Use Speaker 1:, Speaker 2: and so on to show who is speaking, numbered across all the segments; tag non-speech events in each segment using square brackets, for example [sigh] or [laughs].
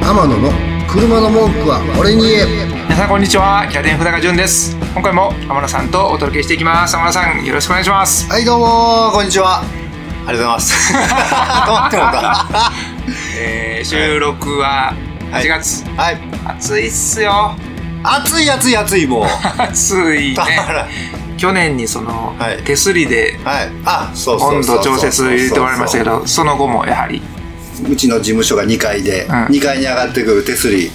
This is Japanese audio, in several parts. Speaker 1: 天野の車の文句は俺に言え
Speaker 2: 皆さんこんにちはキャデンフダカ潤です今回も天野さんとお届けしていきます天野さんよろしくお願いします
Speaker 3: はいどうもこんにちはありがとうございます止まってもか
Speaker 2: えー、収録は8月、
Speaker 3: はい
Speaker 2: 暑いっすよ
Speaker 3: 暑い暑い暑いもう
Speaker 2: 暑いね
Speaker 3: だから
Speaker 2: 去年にその、
Speaker 3: はい
Speaker 2: 手すりで
Speaker 3: はいあそうそう
Speaker 2: 温
Speaker 3: そう
Speaker 2: 度調節入れておられましたけどその後もやはり
Speaker 3: うちの事務所が2階で、
Speaker 2: うん
Speaker 3: 2階に上がってくる手すり、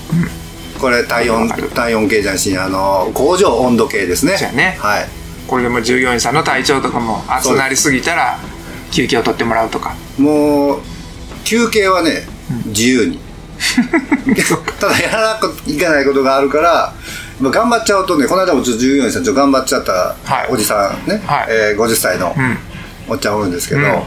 Speaker 3: これ体温
Speaker 2: わかる
Speaker 3: 体温計じゃないしあの工場温度計ですね
Speaker 2: そうやね
Speaker 3: はい
Speaker 2: これでも従業員さんの体調とかも暑なりすぎたら休憩を取ってもらう
Speaker 3: [laughs]
Speaker 2: とか
Speaker 3: もう休憩はね自由にただやらなきゃいけないことがあるからまあ頑張っちゃうとねこの間もちょっと従業員さんちょっと頑張っちゃった
Speaker 2: はい
Speaker 3: おじさんね、
Speaker 2: はい
Speaker 3: えー50歳の
Speaker 2: うん
Speaker 3: おっちゃんおるんですけど、
Speaker 2: うん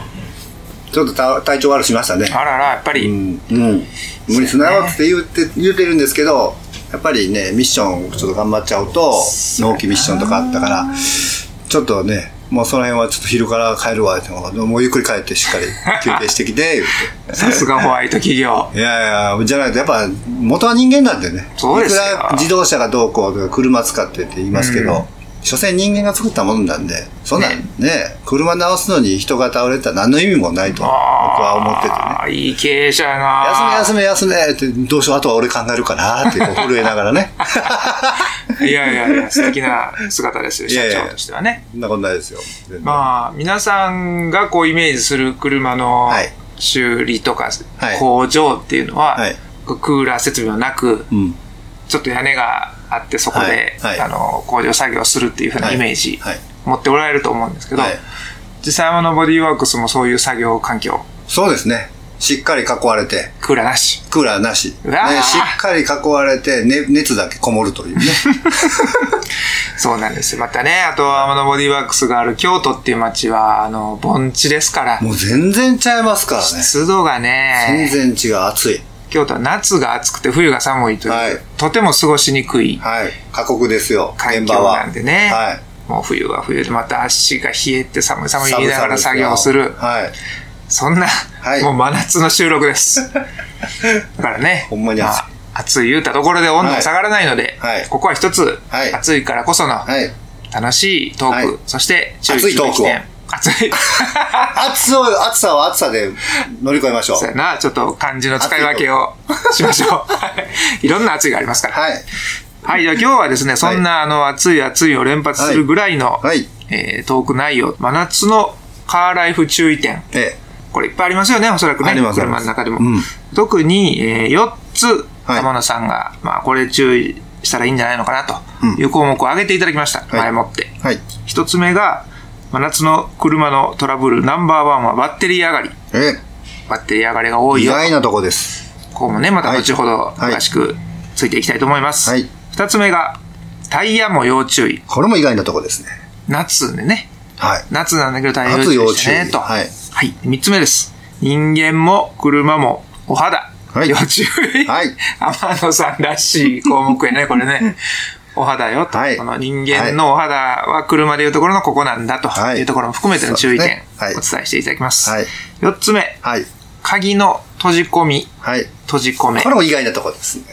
Speaker 3: ちょっとた体調悪しましたね、
Speaker 2: あららやっぱり、
Speaker 3: うんうん、無理すなよって言って言ってるんですけどやっぱりねミッションちょっと頑張っちゃうと納期ミッションとかあったからちょっとねもうその辺はちょっと昼から帰るわってもうゆっくり帰ってしっかり休憩してきて言って
Speaker 2: さすがホワイト企業
Speaker 3: いやいや、じゃないと、やっぱ、元は人間なんでね。
Speaker 2: そうですよ
Speaker 3: いくら自動車がどうこうとか、車使ってって言いますけど、所詮人間が作ったものなんで、そんなんね、車直すのに人が倒れたら何の意味もないと、僕は思っててね。
Speaker 2: あーいい経営者やな
Speaker 3: 休め休め休めって、どうしよう、あとは俺考えるかなってこう震えながら
Speaker 2: [laughs]
Speaker 3: ね。
Speaker 2: いやいやいや、素敵な姿ですよ、
Speaker 3: い
Speaker 2: 社
Speaker 3: やいや
Speaker 2: 長としてはね。
Speaker 3: そんなことないですよ。全然
Speaker 2: まあ、皆さんがこうイメージする車の
Speaker 3: はい
Speaker 2: 修理とか
Speaker 3: はい
Speaker 2: 工場っていうのは、
Speaker 3: はい
Speaker 2: こうクーラー設備もなく、
Speaker 3: うん。
Speaker 2: ちょっと屋根があってそこで、
Speaker 3: はいはい
Speaker 2: あの工場作業するっていうふうなイメージ、
Speaker 3: はいはい
Speaker 2: 持っておられると思うんですけど、
Speaker 3: はい
Speaker 2: 実際のボディーワークスもそういう作業環境、
Speaker 3: そうですね。しっかり囲われて、
Speaker 2: クーラーなし。
Speaker 3: クーラーなし。
Speaker 2: う
Speaker 3: ね、
Speaker 2: わー
Speaker 3: しっかり囲われて、ね、熱だけこもるという
Speaker 2: [laughs]
Speaker 3: ね。
Speaker 2: そうなんですよ。またね、あとは天野ボディーワークスがある京都っていう街は、あの、盆地ですから、
Speaker 3: もう全然ちゃいますからね。
Speaker 2: 湿度がね、
Speaker 3: 全然違う、暑い。
Speaker 2: 京都は夏が暑くて冬が寒いという、
Speaker 3: はい
Speaker 2: とても過ごしにくい
Speaker 3: はい。過酷ですよ、
Speaker 2: 環
Speaker 3: 現
Speaker 2: 境
Speaker 3: 場は。
Speaker 2: なんでね。
Speaker 3: はい。
Speaker 2: もう冬は冬でまた足が冷えて寒い寒い言いなが
Speaker 3: 寒
Speaker 2: ら
Speaker 3: さ
Speaker 2: 作
Speaker 3: ですよ
Speaker 2: 業する。
Speaker 3: はい。
Speaker 2: そんな、
Speaker 3: い
Speaker 2: もう真夏の収録です。
Speaker 3: [laughs]
Speaker 2: だからね。
Speaker 3: ほんまに暑い
Speaker 2: あ暑い言うたところで温度が下がらないので、
Speaker 3: はいはい
Speaker 2: ここは一つ、
Speaker 3: はい
Speaker 2: 暑いからこその
Speaker 3: はい。
Speaker 2: 楽しいトーク、
Speaker 3: はい
Speaker 2: そして注意
Speaker 3: 熱いトークを
Speaker 2: 熱い。 [laughs]
Speaker 3: 暑さを、暑さは暑さで乗り越えましょう
Speaker 2: そう。やな、ちょっと漢字の使い分けをしま
Speaker 3: [laughs]
Speaker 2: しょう。はいいろんな暑いがありますから。
Speaker 3: はい。
Speaker 2: はい、じゃあ今日はですね、そんな、あの、暑い暑いを連発するぐらいの、
Speaker 3: はい。
Speaker 2: えートーク内容、真夏のカーライフ注意点。
Speaker 3: え
Speaker 2: これいっぱいありますよね、おそらくね。
Speaker 3: あります
Speaker 2: 車の中でも。
Speaker 3: うん
Speaker 2: 特に、え4つ、
Speaker 3: はい
Speaker 2: 天野さんが、まあ、これ注意したらいいんじゃないのかな、という項目を挙げていただきました。
Speaker 3: い
Speaker 2: 前もって。
Speaker 3: え。はい。
Speaker 2: 1つ目が、真夏の車のトラブルナンバーワンはバッテリー上がり。
Speaker 3: え
Speaker 2: バッテリー上がりが
Speaker 3: え。
Speaker 2: 多い
Speaker 3: 意
Speaker 2: よ。
Speaker 3: 外なとこです。
Speaker 2: ここもね、また後ほど
Speaker 3: い
Speaker 2: 詳しくついていきたいと思います。
Speaker 3: はい
Speaker 2: 二つ目が、タイヤも要注意。
Speaker 3: これも意外なとこですね。
Speaker 2: 夏でね。
Speaker 3: はい。
Speaker 2: 夏なんだけどタイヤ要注意してね、
Speaker 3: 夏要注意
Speaker 2: と。
Speaker 3: はい
Speaker 2: はい。三つ目です。人間も車もお肌。
Speaker 3: はい
Speaker 2: 要注意。
Speaker 3: はい。
Speaker 2: 天野さんらしい項目やね、これね。 [laughs] お肌よと、
Speaker 3: はい
Speaker 2: この人間のお肌は車でいうところのここなんだと
Speaker 3: はい
Speaker 2: いうところも含めての注意
Speaker 3: そう
Speaker 2: 点
Speaker 3: ですね
Speaker 2: お
Speaker 3: はい
Speaker 2: 伝えしていただきます。
Speaker 3: はい
Speaker 2: 四つ目、
Speaker 3: はい。
Speaker 2: 鍵の閉じ込み、
Speaker 3: はい。
Speaker 2: 閉じ込め
Speaker 3: こ。れも意外なとこですね。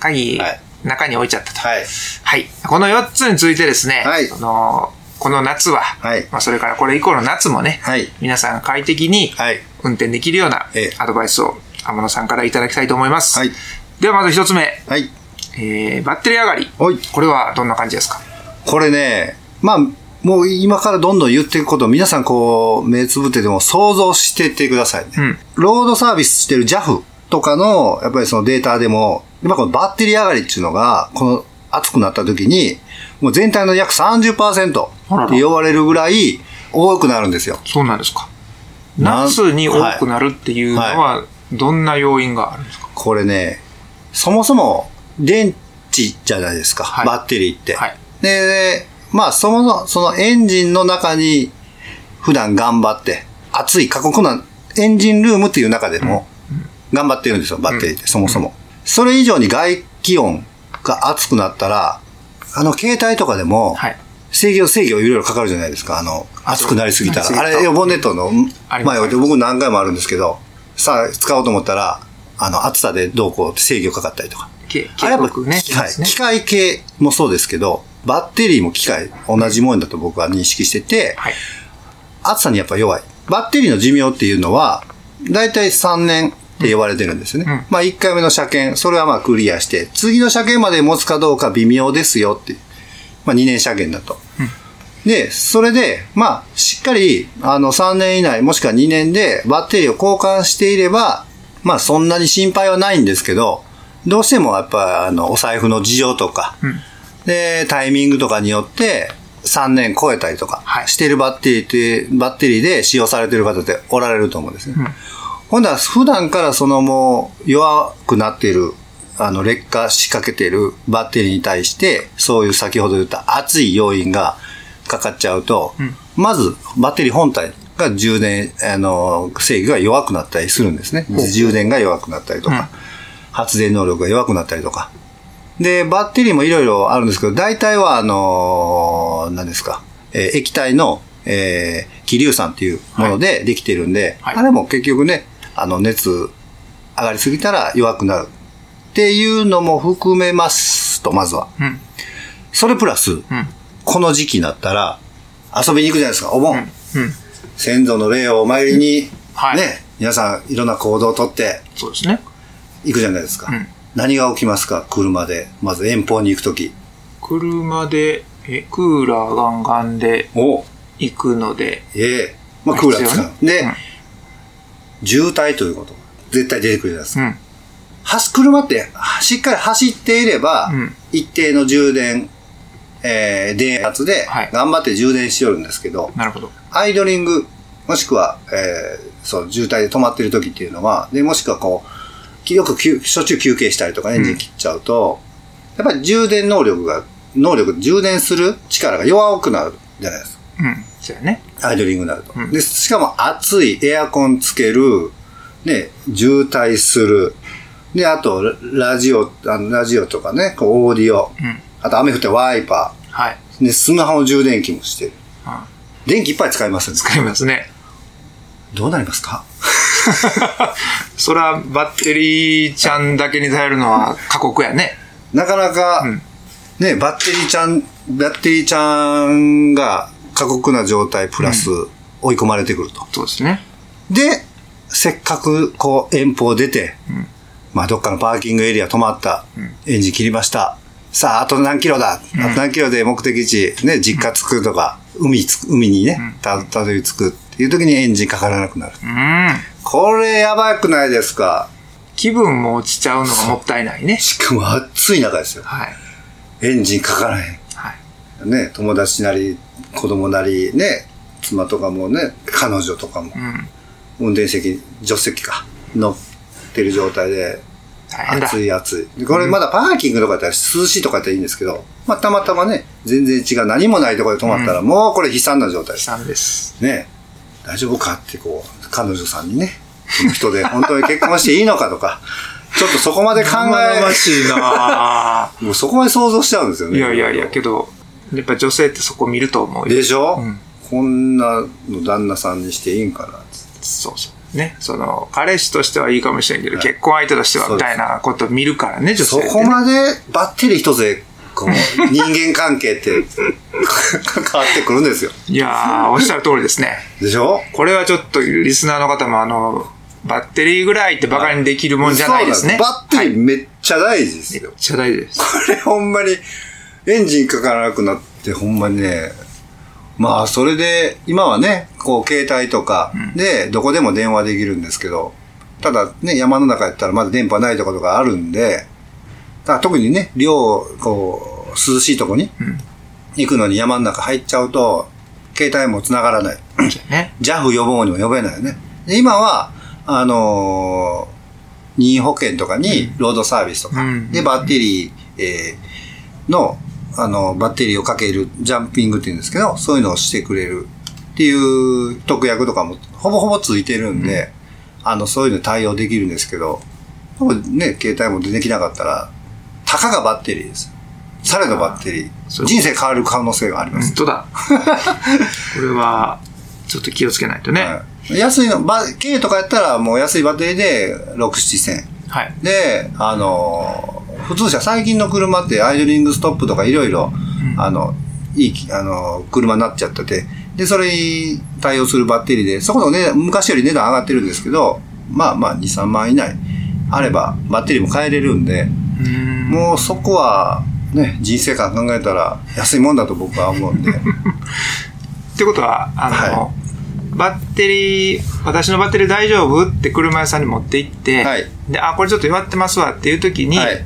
Speaker 2: 鍵、
Speaker 3: はい
Speaker 2: 中に置いちゃったと。
Speaker 3: はい。
Speaker 2: はい。この4つについてですね、
Speaker 3: はい
Speaker 2: そのこの夏は、
Speaker 3: はい
Speaker 2: まあ、それからこれ以降の夏もね、
Speaker 3: はい
Speaker 2: 皆さんが快適に
Speaker 3: はい
Speaker 2: 運転できるような
Speaker 3: ええ
Speaker 2: アドバイスを天野さんからいただきたいと思います。
Speaker 3: はい
Speaker 2: ではまず1つ目、
Speaker 3: はい。
Speaker 2: えー、バッテリー上がり。
Speaker 3: はい
Speaker 2: これはどんな感じですか
Speaker 3: これね、まあ、もう今からどんどん言っていくことを皆さんこう、目つぶってでも想像していってくださいね。
Speaker 2: ん
Speaker 3: ロードサービスしてる JAF とかの、やっぱりそのデータでも、今このバッテリー上がりっていうのが、この暑くなった時に、もう全体の約30%
Speaker 2: あらら
Speaker 3: って呼ばれるぐらい多くなるんですよ。
Speaker 2: そうなんですか。
Speaker 3: なん
Speaker 2: 夏に多くなるっていうの
Speaker 3: は
Speaker 2: は、どんな要因があるんですか
Speaker 3: これね、そもそも電池じゃないですか、
Speaker 2: はい
Speaker 3: バッテリーって。
Speaker 2: はい
Speaker 3: で、まあ、そもそも、そのエンジンの中に普段頑張って、暑い過酷なエンジンルームっていう中でも頑張ってるんですよ、バッテリーって、そもそも。それ以上に外気温が暑くなったら、あの、携帯とかでも、
Speaker 2: はい。
Speaker 3: 制御、制御いろいろかかるじゃないですか。あの、熱くなりすぎた
Speaker 2: そう
Speaker 3: ら。あ
Speaker 2: 熱くなりすぎた
Speaker 3: れ、ボンネットの
Speaker 2: あります
Speaker 3: 前置いて僕何回もあるんですけど、さあ、使おうと思ったら、あの、暑さでどうこうって制御かかったりとか。
Speaker 2: け
Speaker 3: あれやっ
Speaker 2: 警
Speaker 3: ぱ
Speaker 2: 告ね。
Speaker 3: 機械、
Speaker 2: ですね
Speaker 3: 機械系もそうですけど、バッテリーも機械、同じもんだと僕は認識してて、
Speaker 2: はい。
Speaker 3: 暑さにやっぱ弱い。バッテリーの寿命っていうのは、だいたい3年って言われてるんですよね。
Speaker 2: うん
Speaker 3: まあ1回目の車検、それはまあクリアして、次の車検まで持つかどうか微妙ですよっていう。まあ2年車検だと。で、それで、まあ、しっかり、あの、3年以内、もしくは2年でバッテリーを交換していれば、まあ、そんなに心配はないんですけど、どうしてもやっぱ、あの、お財布の事情とか、
Speaker 2: うん。
Speaker 3: で、タイミングとかによって、3年超えたりとか
Speaker 2: は、い
Speaker 3: してるバッテリーって、バッテリーで使用されてる方っておられると思うんですね。
Speaker 2: ん
Speaker 3: ほんなら、普段からそのもう弱くなっている、あの、劣化しかけているバッテリーに対して、そういう先ほど言った熱い要因がかかっちゃうと、
Speaker 2: ん
Speaker 3: まずバッテリー本体が充電、あの、制御が弱くなったりするんですね。
Speaker 2: ほう
Speaker 3: 充電が弱くなったりとか、発電能力が弱くなったりとか、で、バッテリーもいろいろあるんですけど、大体は、あのー何ですか、えー液体の、えー、気硫酸っていうものでできてるんで、
Speaker 2: はい
Speaker 3: あれも結局ね、あの、熱上がりすぎたら弱くなるっていうのも含めますと、まずは。
Speaker 2: うん。
Speaker 3: それプラス、
Speaker 2: うん。
Speaker 3: この時期になったら、遊びに行くじゃないですか、お盆。
Speaker 2: うん。
Speaker 3: 先祖の霊をお参りに、
Speaker 2: はい
Speaker 3: ね、皆さんいろんな行動をとって
Speaker 2: そうですね。
Speaker 3: 行くじゃないですか。
Speaker 2: うん
Speaker 3: 何が起きますか、車で。まず遠方に行くとき。
Speaker 2: 車で、え、クーラーガンガンで
Speaker 3: お
Speaker 2: 行くので、
Speaker 3: ええまあ、クーラー使
Speaker 2: 必
Speaker 3: う。で、
Speaker 2: うん
Speaker 3: 渋滞ということ。絶対出てくるじゃないです
Speaker 2: う
Speaker 3: か。
Speaker 2: ん。
Speaker 3: 走車って、はしっかり走っていれば、
Speaker 2: うん
Speaker 3: 一定の充電、えー電圧で
Speaker 2: はい、
Speaker 3: 頑張って充電しよるんですけど、
Speaker 2: なるほど。
Speaker 3: アイドリング、もしくは、えーそう、渋滞で止まってる時っていうのは、で、もしくはこう、きよく休しょっちゅう休憩したりとかエンジン切っちゃうと、やっぱり充電能力が、能力、充電する力が弱くなるじゃないですか。
Speaker 2: うん。そうやね。
Speaker 3: アイドリングになると。
Speaker 2: うん
Speaker 3: で、しかも暑い、エアコンつける、ね、渋滞する。で、あと、ララジオ、あのラジオとかね、こうオーディオ。
Speaker 2: うん。
Speaker 3: あと、雨降ってワイパ
Speaker 2: はい。
Speaker 3: ー。で、スマホの充電器もしてる。
Speaker 2: うん
Speaker 3: 電気いっぱい使いますよね。
Speaker 2: 使いますね。 [laughs]
Speaker 3: どうなりますか
Speaker 2: そら、バッテリーちゃんだけに頼るのは過酷やね。
Speaker 3: なかなか、
Speaker 2: うん
Speaker 3: ね、バッテリーちゃん、バッテリーちゃんが過酷な状態プラス追い込まれてくると。
Speaker 2: そうですね。
Speaker 3: で、せっかくこう遠方出て、
Speaker 2: ん
Speaker 3: まあどっかのパーキングエリア止まった、
Speaker 2: ん
Speaker 3: エンジン切りました。さあ、あと何キロだ、あと何キロで目的地、ね、実家着くとか、海つく、海にね、た、たどり着くっていう時にエンジンかからなくなる。
Speaker 2: うん。
Speaker 3: これやばくないですか
Speaker 2: 気分も落ちちゃうのがもったいないね。
Speaker 3: しかも暑い中ですよ。
Speaker 2: はい。
Speaker 3: エンジンかからへん。
Speaker 2: はい。
Speaker 3: ね、友達なり、子供なり、ね、妻とかもね、彼女とかも
Speaker 2: う、ん。
Speaker 3: 運転席、助手席か、乗ってる状態で、
Speaker 2: 大変だ。
Speaker 3: 暑い暑い。これまだパーキングとかやったら涼しいとかやったらいいんですけど、まあたまたまね、全然違う何もないところで止まったら、もうこれ悲惨な状態で
Speaker 2: 悲
Speaker 3: す。
Speaker 2: 惨です。
Speaker 3: ね。大丈夫かってこう、彼女さんにね、この人で本当に結婚していいのかとか、ちょっとそこまで考
Speaker 2: 生々
Speaker 3: え、
Speaker 2: しいなぁ
Speaker 3: もうそこまで想像しちゃうんですよね。
Speaker 2: いやいやいや、けど、やっぱ女性ってそこ見ると思うよ
Speaker 3: でしょ、
Speaker 2: うん
Speaker 3: こんなの旦那さんにしていいんかなっつって
Speaker 2: そうそう。ね。その、彼氏としてはいいかもしれんけど、
Speaker 3: はい
Speaker 2: 結婚相手としては、
Speaker 3: そう
Speaker 2: み
Speaker 3: です
Speaker 2: たいなこと見るからね、女性
Speaker 3: そ
Speaker 2: ってね。
Speaker 3: こまでバッテリー一つで、こう、人間関係って変わってくるんですよ。
Speaker 2: いやー、おっしゃる通りですね。
Speaker 3: でしょ
Speaker 2: これはちょっと、リスナーの方も、あの、バッテリーぐらいってバカにできるもんじゃないです
Speaker 3: そ
Speaker 2: ね。
Speaker 3: うなんですバッテリーめっちゃ大事です
Speaker 2: めっ
Speaker 3: よ。
Speaker 2: ちゃ大事です。
Speaker 3: これほんまに、エンジンかからなくなって、ほんまにね、まあ、それで、今はね、こう、携帯とかで、どこでも電話できるんですけど、ただね、山の中やったらまだ電波ないところがあるんで、だから特にね、量、こう、涼しいとこに
Speaker 2: ん
Speaker 3: 行くのに山の中入っちゃうと、携帯も繋がらない。
Speaker 2: ね。
Speaker 3: JAF 予防にも呼べないよね。で今は、あのー任意保険とかにロードサービスとか、
Speaker 2: うん
Speaker 3: で、バッテリー、えーの、あの、バッテリーをかけるジャンピングっていうんですけど、そういうのをしてくれるっていう特約とかもほぼほぼついてるんで、あの、そういうの対応できるんですけど、多分ね、携帯も出てきなかったら、たかがバッテリーです。されどバッテリ
Speaker 2: そ
Speaker 3: ー。
Speaker 2: ういう
Speaker 3: 人
Speaker 2: こ
Speaker 3: 生変わる可能性があります
Speaker 2: 本。当だ。 [laughs] これは、ちょっと気をつけないとね。
Speaker 3: はい安いの、ば、軽とかやったらもう安いバッテリーで6、7千。
Speaker 2: はい。
Speaker 3: で、あの、普通車、最近の車ってアイドリングストップとかいろいろ、あの、いいき、あの、車になっちゃってて、で、それに対応するバッテリーで、そこのね、昔より値段上がってるんですけど、まあまあ2、3万以内あればバッテリーも変えれるんで、
Speaker 2: うん。
Speaker 3: もうそこは、ね、人生観考えたら安いもんだと僕は思うんで、
Speaker 2: ってことは、あの、
Speaker 3: は
Speaker 2: バッテリー、私のバッテリー大丈夫って車屋さんに持って行って、
Speaker 3: はい
Speaker 2: で、あ、これちょっと弱ってますわっていう時に、
Speaker 3: はい。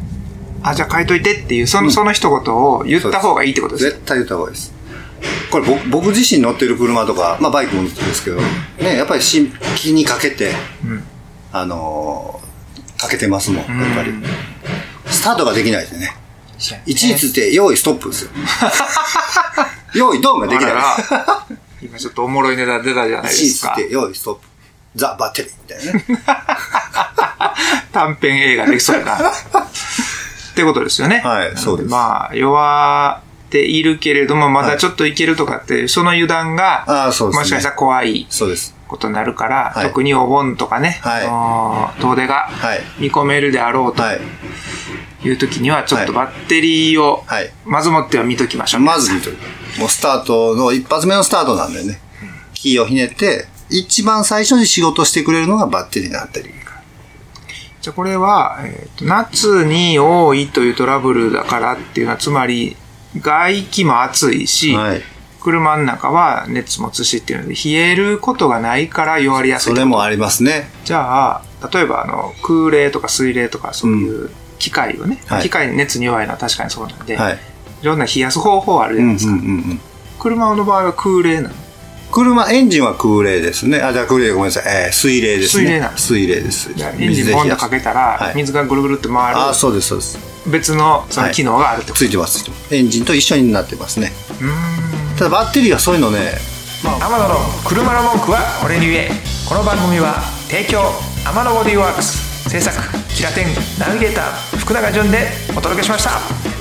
Speaker 2: あ、じゃあ変えといてっていう、その、その一言を言った方がいいってことですね。
Speaker 3: 絶対言った方がいいです。これ僕僕自身乗ってる車とか、まあバイクも乗ってるんですけど、ね、やっぱり新規にかけて、
Speaker 2: うん
Speaker 3: あのーかけてますもん、やっぱり
Speaker 2: うん。
Speaker 3: スタートができないですね。
Speaker 2: そうやね
Speaker 3: いちいちって、用意ストップ
Speaker 2: [laughs]
Speaker 3: ですよ。用意ドンができない [laughs]
Speaker 2: あらら今ちょっとおもろい値段出たじゃな
Speaker 3: で。
Speaker 2: いです
Speaker 3: いちい
Speaker 2: す
Speaker 3: ち
Speaker 2: か
Speaker 3: っ。て、用意ストップ。ザ・バッテリーみたいなね。
Speaker 2: 短編映画できそうや
Speaker 3: [laughs]
Speaker 2: な。ってことですよね。
Speaker 3: はいそうです
Speaker 2: まあ、弱っているけれども、まだちょっといけるとかって、その油断が、
Speaker 3: ああ、そうですね。
Speaker 2: もしかしたら怖い
Speaker 3: そうです。
Speaker 2: ことになるから、
Speaker 3: はい
Speaker 2: 特にお盆とかね、
Speaker 3: はい
Speaker 2: あの遠出が
Speaker 3: はい
Speaker 2: 見込めるであろうと
Speaker 3: はい。
Speaker 2: いう時には、ちょっと
Speaker 3: は
Speaker 2: バッテリーを
Speaker 3: はい、
Speaker 2: まずもっては見ときましょう。
Speaker 3: まず見とく。もうスタートの、一発目のスタートなんだよね。キーをひねって、一番最初に仕事してくれるのがバッテリーになったり。
Speaker 2: じゃあこれは、えーと夏に多いというトラブルだからっていうのは、つまり、外気も暑いし、
Speaker 3: はい。
Speaker 2: 車の中は熱持つしっていうので、冷えることがないから弱りやすい
Speaker 3: そ。れもありますね。
Speaker 2: じゃあ、例えば、あの、空冷とか水冷とかそういう機械をね、
Speaker 3: はい
Speaker 2: 機械に熱に弱いのは確かにそうなんで、、
Speaker 3: はいい。
Speaker 2: ろんな冷やす方法あるじ
Speaker 3: う
Speaker 2: ゃ
Speaker 3: ん
Speaker 2: な
Speaker 3: うん
Speaker 2: いです
Speaker 3: う
Speaker 2: か。
Speaker 3: んうん。
Speaker 2: 車の場合は空冷なの。
Speaker 3: 車、エンジンは空冷ですね。あ、じゃあ空冷ごめんなさい。えー水冷ですね。
Speaker 2: 水冷なん
Speaker 3: 水冷です。
Speaker 2: じゃあエンジンボンとかけた
Speaker 3: はい、
Speaker 2: ら水がぐるぐるって回る、
Speaker 3: ああ、そうです、そうです。
Speaker 2: 別のその機能があるってこと。
Speaker 3: ついてます、ついてますエンジンと一緒になってますね。
Speaker 2: うーん
Speaker 3: ただバッテリーはそういうのね、
Speaker 2: 天野の車の文句は俺に言えこの番組は提供天野ボディーワークス制作キラテンナビゲーター福永潤でお届けしました